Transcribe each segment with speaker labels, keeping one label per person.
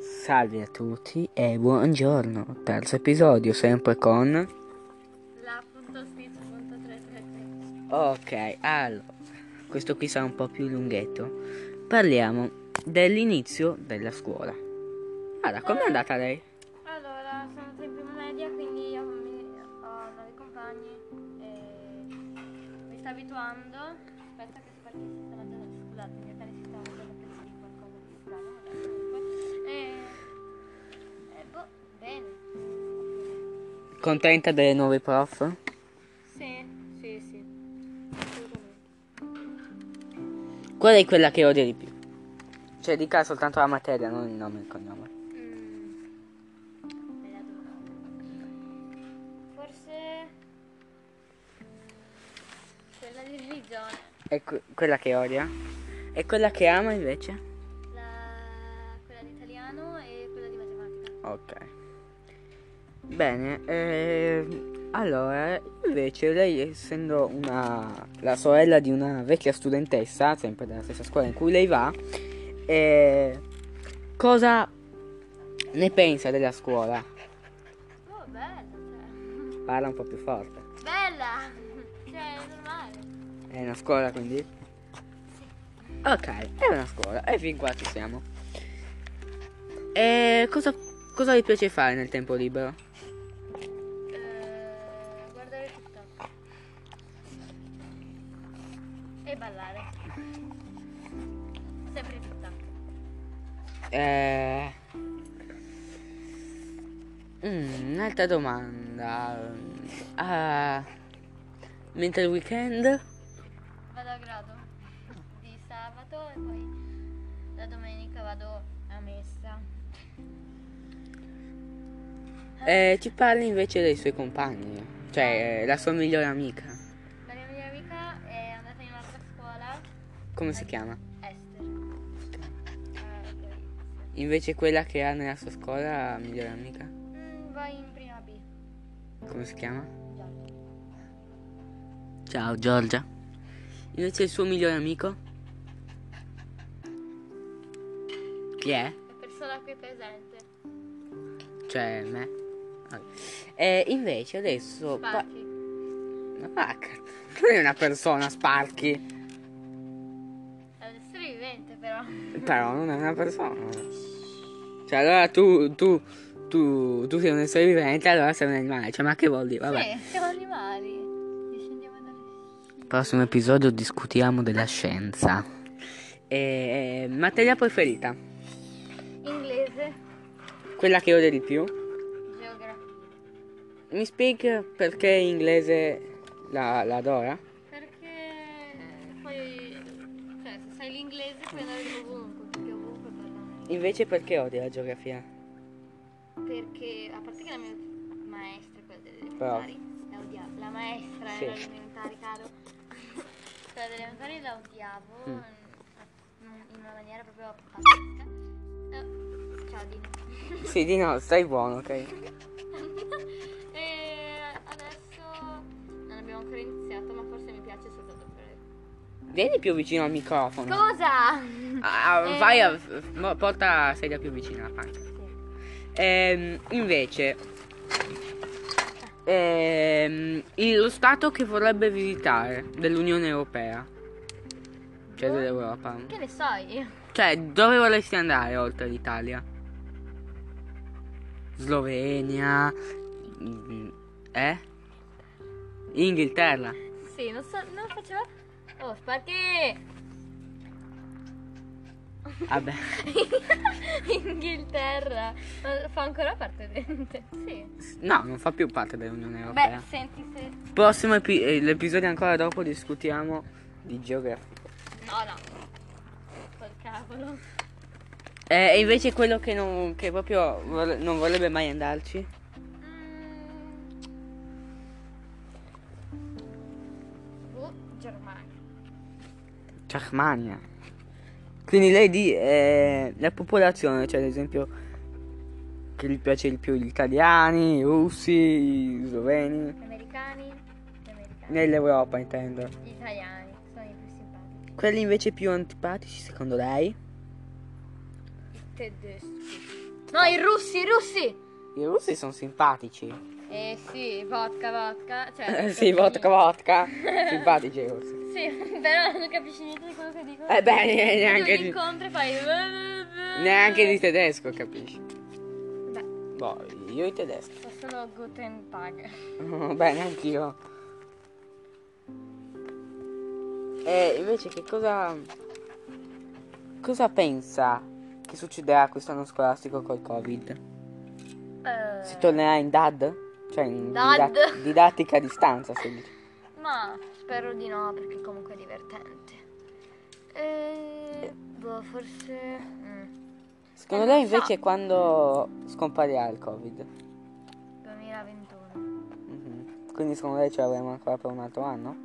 Speaker 1: Salve a tutti e buongiorno. Terzo episodio sempre con
Speaker 2: La.snitch.333
Speaker 1: Ok, allora, questo qui sarà un po' più lunghetto. Parliamo dell'inizio della scuola. Allora, com'è andata lei?
Speaker 2: Allora, sono sempre in prima media, quindi io mi- ho nuovi compagni e mi sto abituando. Aspetta che perché si stanno già scusate, i miei cani si stanno già pensando di qualcosa di strano. vabbè, comunque. E, e boh, bene.
Speaker 1: Contenta delle nuove prof?
Speaker 2: Sì, sì, sì. Sicuramente.
Speaker 1: Qual è quella che odia di più? Cioè, dica soltanto la materia, non il nome e il cognome.
Speaker 2: Mm. Bella domanda. Forse quella di religione.
Speaker 1: E que- quella che odia? E quella che ama invece?
Speaker 2: La- quella di italiano e quella di matematica.
Speaker 1: Ok. Bene, ehm, allora, invece lei essendo una, la sorella di una vecchia studentessa, sempre della stessa scuola in cui lei va, eh, cosa ne pensa della scuola?
Speaker 2: Oh, bella, cioè.
Speaker 1: Parla un po' più forte.
Speaker 2: Bella! Cioè, è normale.
Speaker 1: È una scuola quindi? Ok, è una scuola e fin qua ci siamo. E cosa, cosa le piace fare nel tempo libero?
Speaker 2: Eh, guardare TikTok. E ballare. Sempre TikTok.
Speaker 1: Eh... mm, un'altra domanda. Ah, mentre il weekend?
Speaker 2: Vado a grado di sabato e poi la domenica vado a messa.
Speaker 1: Eh, ci parli invece dei suoi compagni, cioè eh, la sua migliore amica.
Speaker 2: La mia migliore amica è andata in un'altra scuola,
Speaker 1: Come si chiama?
Speaker 2: Esther. Ah, ok.
Speaker 1: Invece quella che ha nella sua scuola, la migliore amica.
Speaker 2: Mm, vai in prima B.
Speaker 1: Come si chiama?
Speaker 2: Giorgio.
Speaker 1: Ciao Giorgia. Invece il suo migliore amico? Chi è?
Speaker 2: La persona qui presente.
Speaker 1: Cioè me. Ah. Eh, invece
Speaker 2: Oh,
Speaker 1: adesso... pa-
Speaker 2: Sparky.
Speaker 1: Una vacca. Ah, Non è una persona, Sparky.
Speaker 2: È un essere vivente però.
Speaker 1: Però non è una persona. Cioè, allora tu, tu, tu, tu sei un essere vivente, allora sei un animale. Cioè, ma che vuol dire? Vabbè.
Speaker 2: Sì, siamo animali. Discendiamo dalle
Speaker 1: Prossimo episodio discutiamo della scienza. materia preferita?
Speaker 2: Inglese.
Speaker 1: Quella che odio di più?
Speaker 2: Geografia.
Speaker 1: Mi spiega perché in inglese la, la adora?
Speaker 2: Perché poi. Cioè, se sai l'inglese puoi andare ovunque, perché ovunque parlano.
Speaker 1: Invece perché odia la geografia?
Speaker 2: Perché a parte che la mia maestra, quella delle
Speaker 1: Però-
Speaker 2: elementari, la odiavo. La maestra
Speaker 1: Sì.
Speaker 2: era delle elementari, caro. quella delle elementari la odiavo
Speaker 1: Mm.
Speaker 2: mm, in una maniera proprio pazzesca. Eh, ciao Dino.
Speaker 1: Sì, di no, stai buono, ok?
Speaker 2: e adesso non abbiamo ancora iniziato, ma forse mi piace soltanto per.
Speaker 1: Vieni più vicino al microfono.
Speaker 2: Cosa?
Speaker 1: Ah,
Speaker 2: Eh.
Speaker 1: vai a, mo- porta la sedia più vicina alla panca. Ehm, invece, ehm, il- lo stato che vorrebbe visitare dell'Unione Europea, cioè dell'Europa,
Speaker 2: Che ne so io?
Speaker 1: cioè dove vorresti andare oltre l'Italia? Slovenia, mm, eh? Inghilterra.
Speaker 2: Sì, non so, non faceva. Oh, Sparky!
Speaker 1: Vabbè,
Speaker 2: Inghilterra! Ma Fa ancora parte dente. Sì.
Speaker 1: no, non fa più parte dell'Unione Europea.
Speaker 2: Beh, senti se.
Speaker 1: Prossimo epi- eh, l'episodio ancora dopo discutiamo di geografia.
Speaker 2: No, no. Col cavolo.
Speaker 1: Eh, E invece quello che, non, che proprio vorre- non vorrebbe mai andarci.
Speaker 2: Mm. Boh, Germania.
Speaker 1: Germania. Quindi lei di eh, la popolazione, cioè ad esempio che gli piace di più gli italiani, i russi, gli sloveni.
Speaker 2: Gli americani. Gli americani.
Speaker 1: Nell'Europa intendo.
Speaker 2: Gli italiani sono i più simpatici.
Speaker 1: Quelli invece più antipatici secondo lei?
Speaker 2: I tedeschi. No, i russi, i russi!
Speaker 1: I russi sono simpatici.
Speaker 2: Eh sì, vodka, vodka. Cioè,
Speaker 1: Eh, sì, vodka, vodka. simpatici i russi.
Speaker 2: Sì, però non capisci niente di quello che dicono.
Speaker 1: Eh beh, ne- neanche
Speaker 2: Tu li
Speaker 1: di,
Speaker 2: incontri e fai...
Speaker 1: neanche di tedesco, capisci?
Speaker 2: Beh,
Speaker 1: Boh, io i tedeschi.
Speaker 2: sono solo Guten Tag.
Speaker 1: Oh, Beh, neanche io. E invece che cosa... Cosa pensa che succederà quest'anno scolastico col Covid?
Speaker 2: Eh,
Speaker 1: Si tornerà in DAD? Cioè in
Speaker 2: DAD?
Speaker 1: didat- didattica a distanza, si dice.
Speaker 2: Ma spero di no, perché comunque è divertente. Eh, boh, forse... mm,
Speaker 1: Secondo
Speaker 2: Eh,
Speaker 1: lei
Speaker 2: non so.
Speaker 1: invece quando scomparirà il Covid?
Speaker 2: 2021.
Speaker 1: Mhm. Quindi secondo lei ce l'avremo ancora per un altro anno?
Speaker 2: No,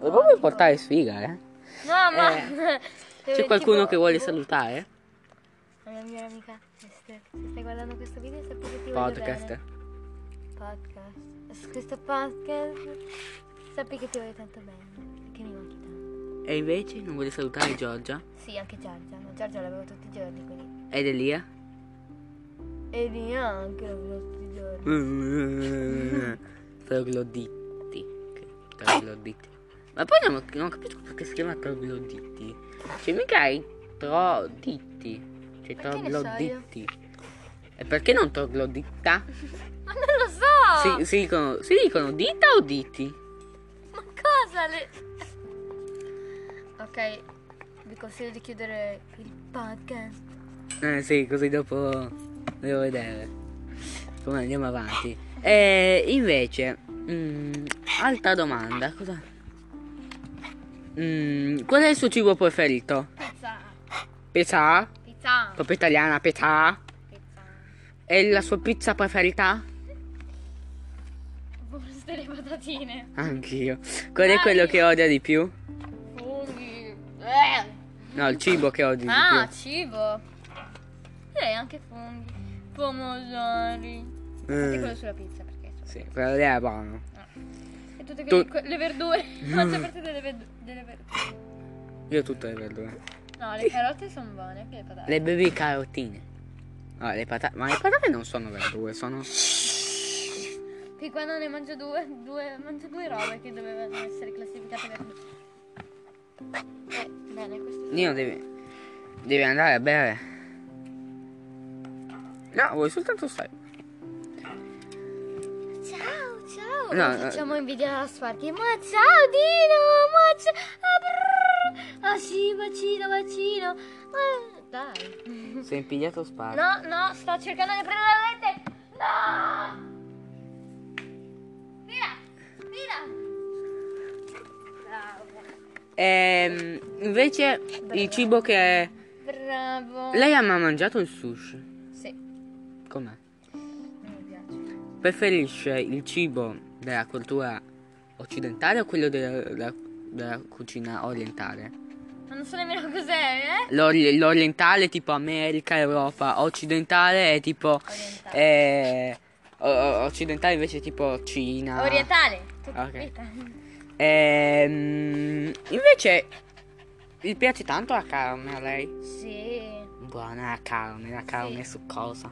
Speaker 1: Volevo proprio
Speaker 2: dico-
Speaker 1: portare sfiga, eh?
Speaker 2: No, ma...
Speaker 1: Eh,
Speaker 2: Eh, tipo-
Speaker 1: salutare?
Speaker 2: La mia migliore amica Esther. Se stai guardando questo video sappi che ti voglio
Speaker 1: Podcast.
Speaker 2: bene. Podcast. S- Questo podcast. Sappi che ti voglio tanto bene. E che mi manchi tanto.
Speaker 1: E invece non vuole salutare Giorgia
Speaker 2: Sì, anche Giorgia. Ma Giorgia la vedo tutti i giorni, quindi.
Speaker 1: ed Elia?
Speaker 2: E neanche la vedo tutti i giorni.
Speaker 1: Trogloditti. Che- Trogloditti. Ma poi non, non capisco perché si chiama trogloditti. Cioè mica i troditti. Cioè
Speaker 2: Perché ne so
Speaker 1: trogloditti. E perché non trogloditta?
Speaker 2: Ma non lo so!
Speaker 1: Si, si dicono, si dicono dita o ditti?
Speaker 2: Ma cosa le... Ok, vi consiglio di chiudere il podcast.
Speaker 1: Eh sì, così dopo devo vedere. Come andiamo avanti. E invece, mm, altra domanda. Cosa? Mm, qual è il suo cibo preferito?
Speaker 2: Pizza.
Speaker 1: Pizza?
Speaker 2: Pizza.
Speaker 1: Proprio italiana, pizza?
Speaker 2: Pizza.
Speaker 1: E la sua pizza preferita?
Speaker 2: Forse le patatine.
Speaker 1: Anch'io. Qual
Speaker 2: Ah,
Speaker 1: è quello che odia di più?
Speaker 2: Funghi. Eh.
Speaker 1: No, il cibo che odio
Speaker 2: Ah,
Speaker 1: di
Speaker 2: cibo. Direi anche funghi. Pomodori.
Speaker 1: più.
Speaker 2: Anche
Speaker 1: Eh,
Speaker 2: quello sulla pizza perché...
Speaker 1: sì, quello lì è buono.
Speaker 2: E tutte
Speaker 1: Tu-
Speaker 2: quelle, que- le verdure. La maggior parte delle, ved- delle verdure.
Speaker 1: Io tutte le verdure.
Speaker 2: No, le carote sono buone, anche le patate.
Speaker 1: Le baby carotine. Ah, le patate. Ma le patate non sono verdure, sono.
Speaker 2: Che quando ne mangio due, due mangio due robe che dovevano essere classificate per Eh, bene, questo
Speaker 1: Nino deve, deve andare a bere. No, vuoi soltanto stare.
Speaker 2: Ciao, ciao!
Speaker 1: No, no.
Speaker 2: Facciamo invidia alla Sparky. Ma ciao Dino! Ma ciao! Ah, brrr. ah sì, bacino, bacino! Ah, dai!
Speaker 1: Sei impigliato sparo.
Speaker 2: No, no, sto cercando di prendere la rete! No! Tira! Tira! Bravo!
Speaker 1: Ehm, invece il cibo che.
Speaker 2: Bravo!
Speaker 1: Lei ha mai mangiato il sushi?
Speaker 2: Sì,
Speaker 1: Com'è?
Speaker 2: non mi piace.
Speaker 1: Preferisce il cibo della cultura occidentale o quello della, della- della cucina orientale?
Speaker 2: Ma non so nemmeno cos'è, eh?
Speaker 1: L'ori- l'orientale è tipo America, Europa, occidentale è tipo.
Speaker 2: Orientale.
Speaker 1: eh, o- o- occidentale invece è tipo Cina.
Speaker 2: Orientale. Tutta
Speaker 1: ah. Ok.
Speaker 2: vita.
Speaker 1: Ehm, invece vi piace tanto la carne a lei?
Speaker 2: Sì.
Speaker 1: Buona la carne, la carne è succosa.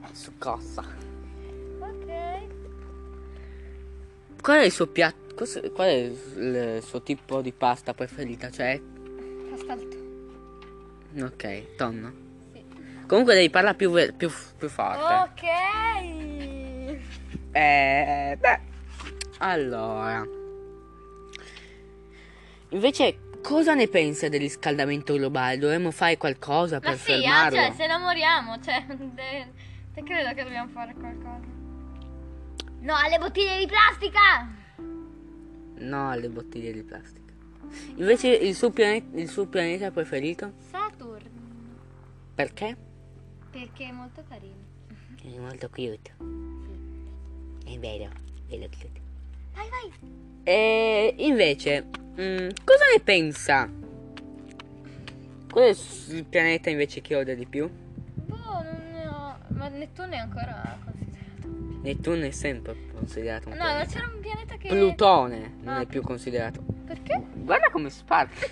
Speaker 1: È succosa.
Speaker 2: Ok.
Speaker 1: Qual è il suo piatto? cos- Qual è il suo tipo di pasta preferita? Cioè,
Speaker 2: Asfalto.
Speaker 1: ok, tonno.
Speaker 2: Sì.
Speaker 1: Comunque devi parlare più, ve- più, più forte.
Speaker 2: Ok.
Speaker 1: Eh, beh, allora. Invece, cosa ne pensa del riscaldamento globale? Dovremmo fare qualcosa per
Speaker 2: Ma sì, ah,
Speaker 1: fermarlo?
Speaker 2: cioè, se la moriamo, cioè, te, te credo che dobbiamo fare qualcosa. No, alle bottiglie di plastica!
Speaker 1: No, alle bottiglie di plastica. Invece il suo, piane- il suo pianeta preferito?
Speaker 2: Saturn,
Speaker 1: Perché?
Speaker 2: perché è molto carino.
Speaker 1: È molto cute. È bello, bello cute.
Speaker 2: Vai, vai!
Speaker 1: E invece, mm, cosa ne pensa? Qual è il s- il pianeta invece che odia di più?
Speaker 2: Boh, non ne ho... Ma Nettuno è ancora considerato.
Speaker 1: Nettuno è sempre considerato un
Speaker 2: No, ma
Speaker 1: pianeta.
Speaker 2: c'era un pianeta che...
Speaker 1: Plutone non
Speaker 2: Ah.
Speaker 1: è più considerato.
Speaker 2: Perché?
Speaker 1: Guarda come sparta.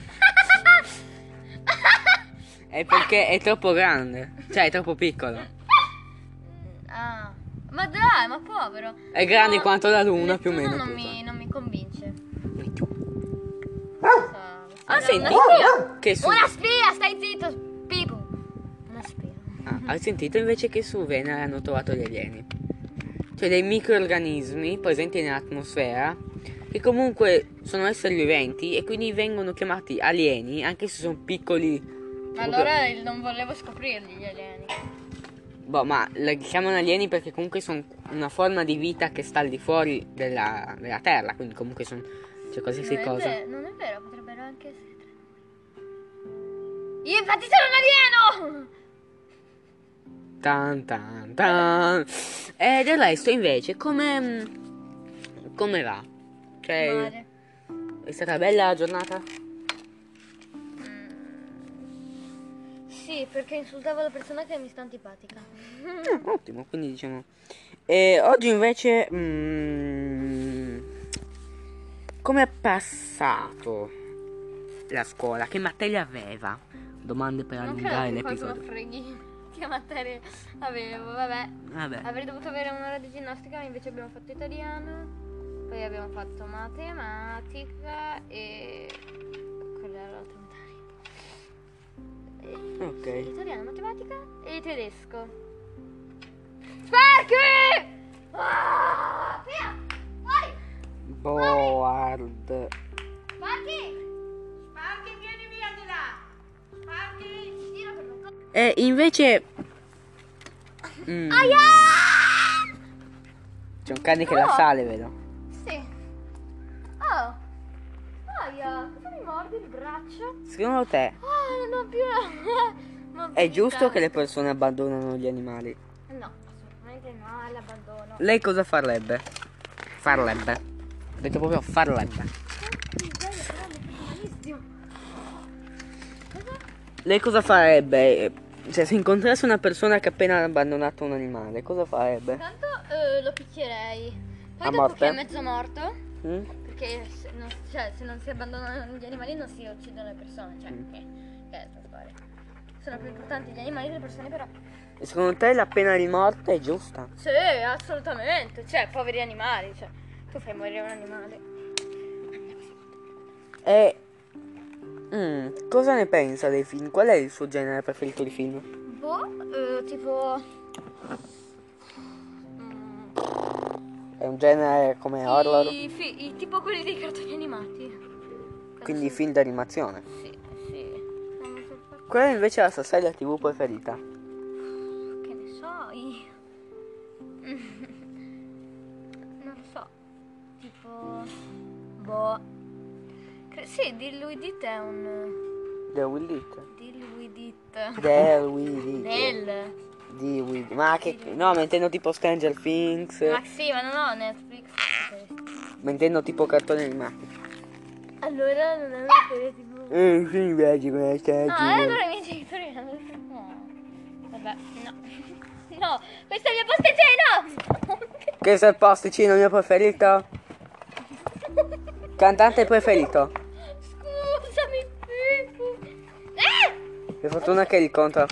Speaker 1: È perché è troppo grande. Cioè, è troppo piccolo.
Speaker 2: Ah, ma dai, ma povero.
Speaker 1: È grande
Speaker 2: No,
Speaker 1: quanto la luna, più o
Speaker 2: Nettuno
Speaker 1: meno,
Speaker 2: Non
Speaker 1: appunto.
Speaker 2: mi, non mi convince.
Speaker 1: Ah, senti.
Speaker 2: Una spia.
Speaker 1: Che su.
Speaker 2: Una spia, stai zitto, Pipo. Una spia.
Speaker 1: Ah, hai sentito invece che su Venere hanno trovato gli alieni? Cioè dei microorganismi presenti nell'atmosfera che comunque sono esseri viventi e quindi vengono chiamati alieni anche se sono piccoli.
Speaker 2: Allora il- non volevo scoprirli gli alieni.
Speaker 1: Boh, ma li chiamano alieni perché comunque sono una forma di vita che sta al di fuori della, della Terra, quindi comunque sono... Cioè qualsiasi
Speaker 2: non, è
Speaker 1: cosa.
Speaker 2: vero, non è vero, potrebbero anche essere tra noi. Io infatti sono un alieno!
Speaker 1: Tan tan tan. E del resto invece come... come va? Cioè...
Speaker 2: Male.
Speaker 1: È stata bella la giornata?
Speaker 2: Mm. Sì, perché insultavo la persona che mi sta antipatica.
Speaker 1: Ah, ottimo, quindi diciamo. E oggi invece. mm, come è passato la scuola? Che materia aveva? Domande per
Speaker 2: non
Speaker 1: allungare
Speaker 2: credo che qualcuno
Speaker 1: l'episodio.
Speaker 2: freghi che materie avevo, vabbè.
Speaker 1: Vabbè.
Speaker 2: Avrei dovuto avere un'ora di ginnastica, ma invece abbiamo fatto italiano, poi abbiamo fatto matematica e... quella era l'altra materia. E-
Speaker 1: Ok.
Speaker 2: sì, Italiano, matematica e tedesco. Sparky! Ah, via! Vai!
Speaker 1: Board.
Speaker 2: Sparky! Sparky, vieni via di là! Sparky! Gira per la co-
Speaker 1: E invece. mm, c'è un cane che la
Speaker 2: No.
Speaker 1: sale, vedo.
Speaker 2: Sì. Oh! Aia, cosa mi mordi il braccio?
Speaker 1: Secondo te
Speaker 2: Ah, non ho più la
Speaker 1: è giusto che le persone abbandonano gli animali?
Speaker 2: No, assolutamente no, l'abbandono.
Speaker 1: Lei cosa farebbe? Farlebbe. Ho detto proprio farlebbe. Lei cosa farebbe? Cioè, se incontrasse una persona che ha appena abbandonato un animale, cosa farebbe?
Speaker 2: Intanto eh, lo picchierei. Poi
Speaker 1: A
Speaker 2: dopo
Speaker 1: morte?
Speaker 2: che è mezzo morto,
Speaker 1: Mm?
Speaker 2: perché se non, cioè, se non si abbandonano gli animali non si uccidono le persone, cioè
Speaker 1: Mm.
Speaker 2: che, che è per fare. Sono più importanti gli animali delle persone però.
Speaker 1: Secondo te la pena di morte è giusta?
Speaker 2: Sì, assolutamente, cioè poveri animali, cioè tu fai morire un animale.
Speaker 1: E. Mm, cosa ne pensa dei film? Qual è il suo genere preferito di film?
Speaker 2: Boh, eh, tipo... Mm,
Speaker 1: È un genere come horror?
Speaker 2: I, fi- i- tipo quelli dei cartoni animati.
Speaker 1: Quindi film d'animazione.
Speaker 2: Sì, sì. Non so perché,
Speaker 1: Qual è invece la sua serie tv preferita?
Speaker 2: Che ne so, i... non lo so. Tipo... Boh. Cre- sì, di lui dit è un...
Speaker 1: The Will It.
Speaker 2: Di lui dit.
Speaker 1: The Will It.
Speaker 2: Del.
Speaker 1: Di Will Ma che. No, ma intendo tipo Stranger Things.
Speaker 2: Ma sì, ma non ho Netflix.
Speaker 1: Ma intendo tipo cartoni animati.
Speaker 2: Allora non è una serie tipo...
Speaker 1: Eh, sì, invece questa.
Speaker 2: No, eh, allora i miei genitori hanno detto no. Vabbè, no. No, questa è la mia posticina!
Speaker 1: Questo è il posticino mio preferito. Cantante preferito.
Speaker 2: Scusami, Pippo. Eh!
Speaker 1: Per fortuna che incontro a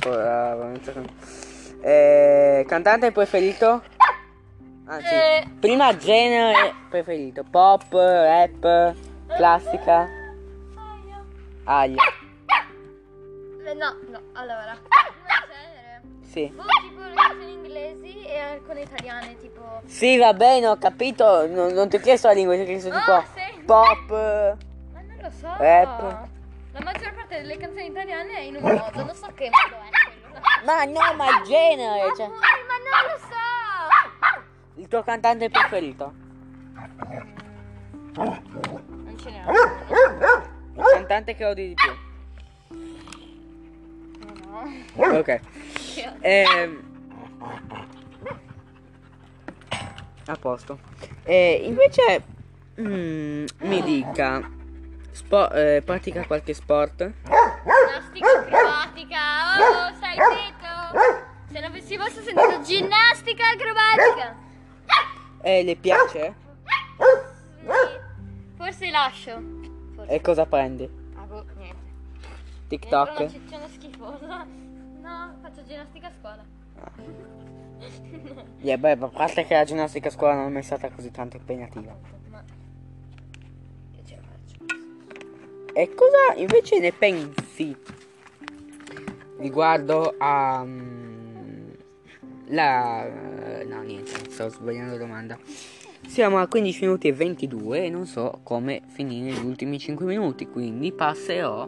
Speaker 1: eh, Cantante preferito?
Speaker 2: Ah!
Speaker 1: Anzi,
Speaker 2: Eh.
Speaker 1: prima genere preferito. Pop, rap, classica,
Speaker 2: Aia.
Speaker 1: aglio.
Speaker 2: Eh, No, no, allora.
Speaker 1: Ah!
Speaker 2: Una genere.
Speaker 1: Sì.
Speaker 2: Boh, tipo le canzoni inglesi e alcune italiane, tipo.
Speaker 1: Sì, va bene, ho capito. Non, non ti ho chiesto la lingua, ti ho chiesto
Speaker 2: Ah,
Speaker 1: tipo
Speaker 2: sì.
Speaker 1: pop.
Speaker 2: Ma non lo so.
Speaker 1: Rap.
Speaker 2: La maggior parte delle canzoni italiane è in un modo, non so che modo è quello.
Speaker 1: Ma no, ma genere. Cioè,
Speaker 2: Eh, ma non lo so!
Speaker 1: il tuo cantante preferito?
Speaker 2: Non ce n'è uno.
Speaker 1: Il cantante che odi di più.
Speaker 2: No.
Speaker 1: Ok. Ehm, a posto. Eh, invece, mm, mi dica, spo- eh, pratica qualche sport?
Speaker 2: Ginnastica acrobatica, oh, stai zitto! Se non avessi fosse sentito ginnastica acrobatica!
Speaker 1: Eh, le piace?
Speaker 2: Sì, forse lascio. Forse.
Speaker 1: Eh. E cosa prendi?
Speaker 2: Ah, boh, niente. Dentro una
Speaker 1: TikTok?
Speaker 2: cicciona schifosa. No, faccio ginnastica a scuola.
Speaker 1: Yeah, beh, a parte che la ginnastica a scuola non è mai stata così tanto impegnativa.
Speaker 2: Ma io ce la faccio.
Speaker 1: E cosa invece ne pensi riguardo a... mm, la... no, niente, sto sbagliando domanda. Siamo a 15 minuti e 22 e non so come finire gli ultimi 5 minuti, quindi passerò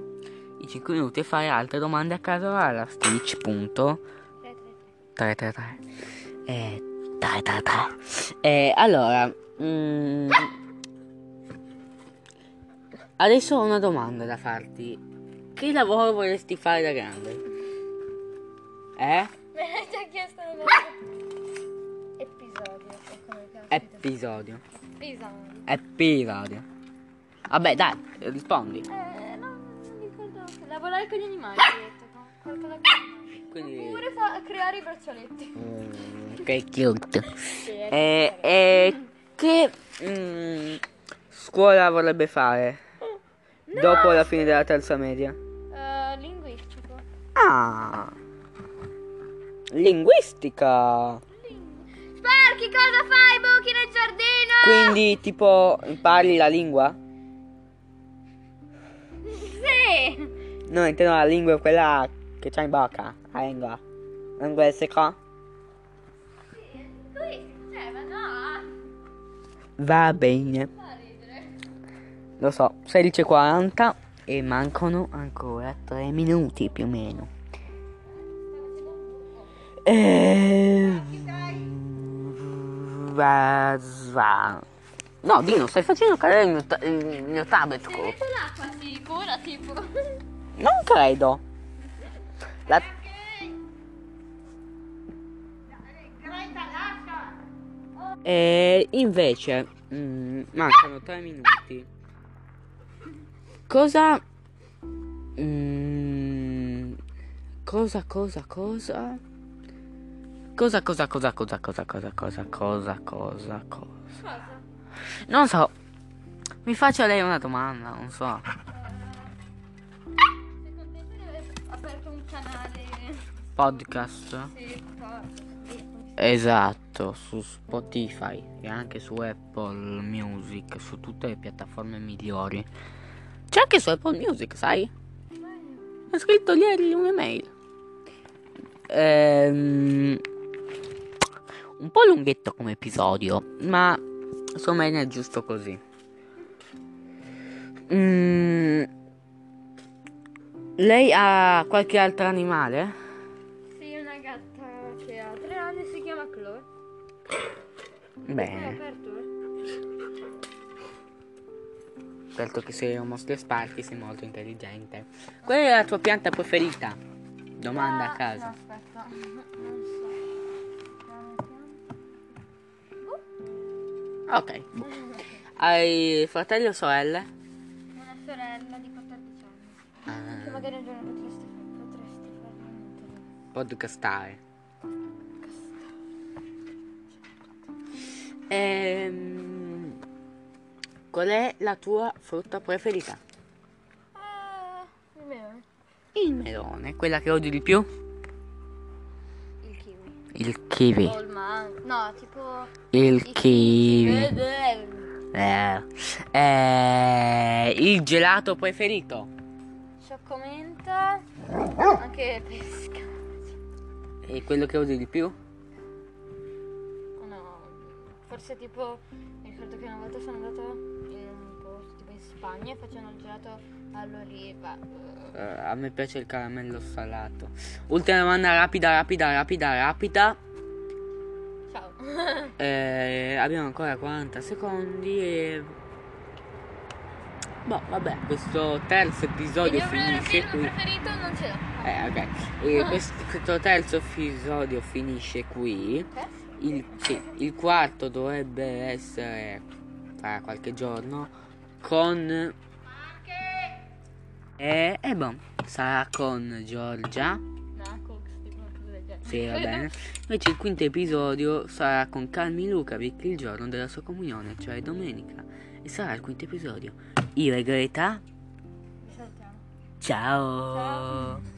Speaker 1: i 5 minuti e fare altre domande a caso alla Stitch, punto. 333. Eh, 333. Eh, allora, mm, adesso ho una domanda da farti. Che lavoro vorresti fare da grande? Eh?
Speaker 2: Me l'hai già chiesto nell'altro episodio. o come caspita.
Speaker 1: Episodio.
Speaker 2: Episodio.
Speaker 1: Episodio. Vabbè, dai, rispondi.
Speaker 2: Eh, no, non mi ricordo. Lavorare con gli animali, ho detto. no? Qualcosa con gli animali.
Speaker 1: Quindi-
Speaker 2: Oppure fa- creare i braccialetti.
Speaker 1: Mm, che cute.
Speaker 2: Sì,
Speaker 1: Eh, eh, che mm, scuola vorrebbe fare
Speaker 2: Oh,
Speaker 1: dopo la fine della terza media?
Speaker 2: Eh, linguistico.
Speaker 1: Ah, linguistica.
Speaker 2: Ling- Sparky, cosa fai? Buchi nel giardino?
Speaker 1: Quindi tipo impari la lingua?
Speaker 2: Sì.
Speaker 1: No, intendo la lingua quella che c'ha in bocca, la lingua. Linguistica?
Speaker 2: Lui, cioè, ma no.
Speaker 1: Va bene.
Speaker 2: Fa ridere.
Speaker 1: Lo so, 16.40 e mancano ancora 3 minuti più o meno. Eh, va- va- No, Dino, stai facendo cadere il mio, ta- il mio tablet.
Speaker 2: Se
Speaker 1: co-
Speaker 2: mette l'acqua si cura, tipo.
Speaker 1: Non credo. La- E invece, mm, mancano 3 minuti. Cosa... mm, cosa, cosa, cosa? Cosa, cosa, cosa, cosa, cosa, cosa, cosa, cosa, cosa, cosa.
Speaker 2: Cosa?
Speaker 1: Non so. Mi faccio a lei una domanda, non so.
Speaker 2: Sei contenta di aver aperto un canale?
Speaker 1: Podcast?
Speaker 2: Sì, cosa?
Speaker 1: Esatto, su Spotify e anche su Apple Music, su tutte le piattaforme migliori. C'è anche su Apple Music, sai? Ho scritto ieri un'email. Ehm, un po' lunghetto come episodio, ma insomma è nel giusto così. Mm, lei ha qualche altro animale?
Speaker 2: Sì, una gatta che ha tre anni si chiama Chloe. Hai
Speaker 1: Bene.
Speaker 2: aperto? eh?
Speaker 1: Certo che sei un mostro sparchi, sei molto intelligente. Qual è la tua pianta preferita? Domanda a
Speaker 2: Ah,
Speaker 1: caso.
Speaker 2: No, aspetta. Non so. Oh.
Speaker 1: Ok. Hai fratelli o sorelle?
Speaker 2: Una sorella di 14 anni. Che
Speaker 1: Ah,
Speaker 2: magari un giorno potresti, potresti farmi un telefono.
Speaker 1: podcastare. Ehm, qual è la tua frutta preferita?
Speaker 2: Eh, il melone.
Speaker 1: Il melone, quella che odi di più?
Speaker 2: Il kiwi.
Speaker 1: Il kiwi.
Speaker 2: O il mango. No, tipo...
Speaker 1: Il kiwi.
Speaker 2: Vede.
Speaker 1: Eh, eh, il gelato preferito?
Speaker 2: Ciocomenta. Anche pesca.
Speaker 1: E quello che odi di più?
Speaker 2: Oh no. Forse tipo... Mi ricordo che una volta sono andata in un posto tipo in Spagna e facevano il gelato all'oliva.
Speaker 1: Eh, a me piace il caramello salato. Ultima domanda rapida, rapida, rapida, rapida.
Speaker 2: Ciao.
Speaker 1: Eh, abbiamo ancora 40 secondi e... Boh, vabbè, questo terzo
Speaker 2: Il
Speaker 1: episodio
Speaker 2: mio
Speaker 1: finisce
Speaker 2: film
Speaker 1: qui.
Speaker 2: preferito non ce l'ho.
Speaker 1: Eh, ok. E quest- questo terzo episodio finisce qui.
Speaker 2: Perché?
Speaker 1: Il, sì, il quarto dovrebbe essere fra qualche giorno con... E, e boh, sarà con Giorgia.
Speaker 2: No, Cooks, tipo una cosa del genere.
Speaker 1: Sì, va bene. Invece il quinto episodio sarà con Calmi Lucavic il giorno della sua comunione, cioè domenica. E sarà il quinto episodio. Io e Greta
Speaker 2: Saltiamo.
Speaker 3: Ciao.
Speaker 1: Ciao.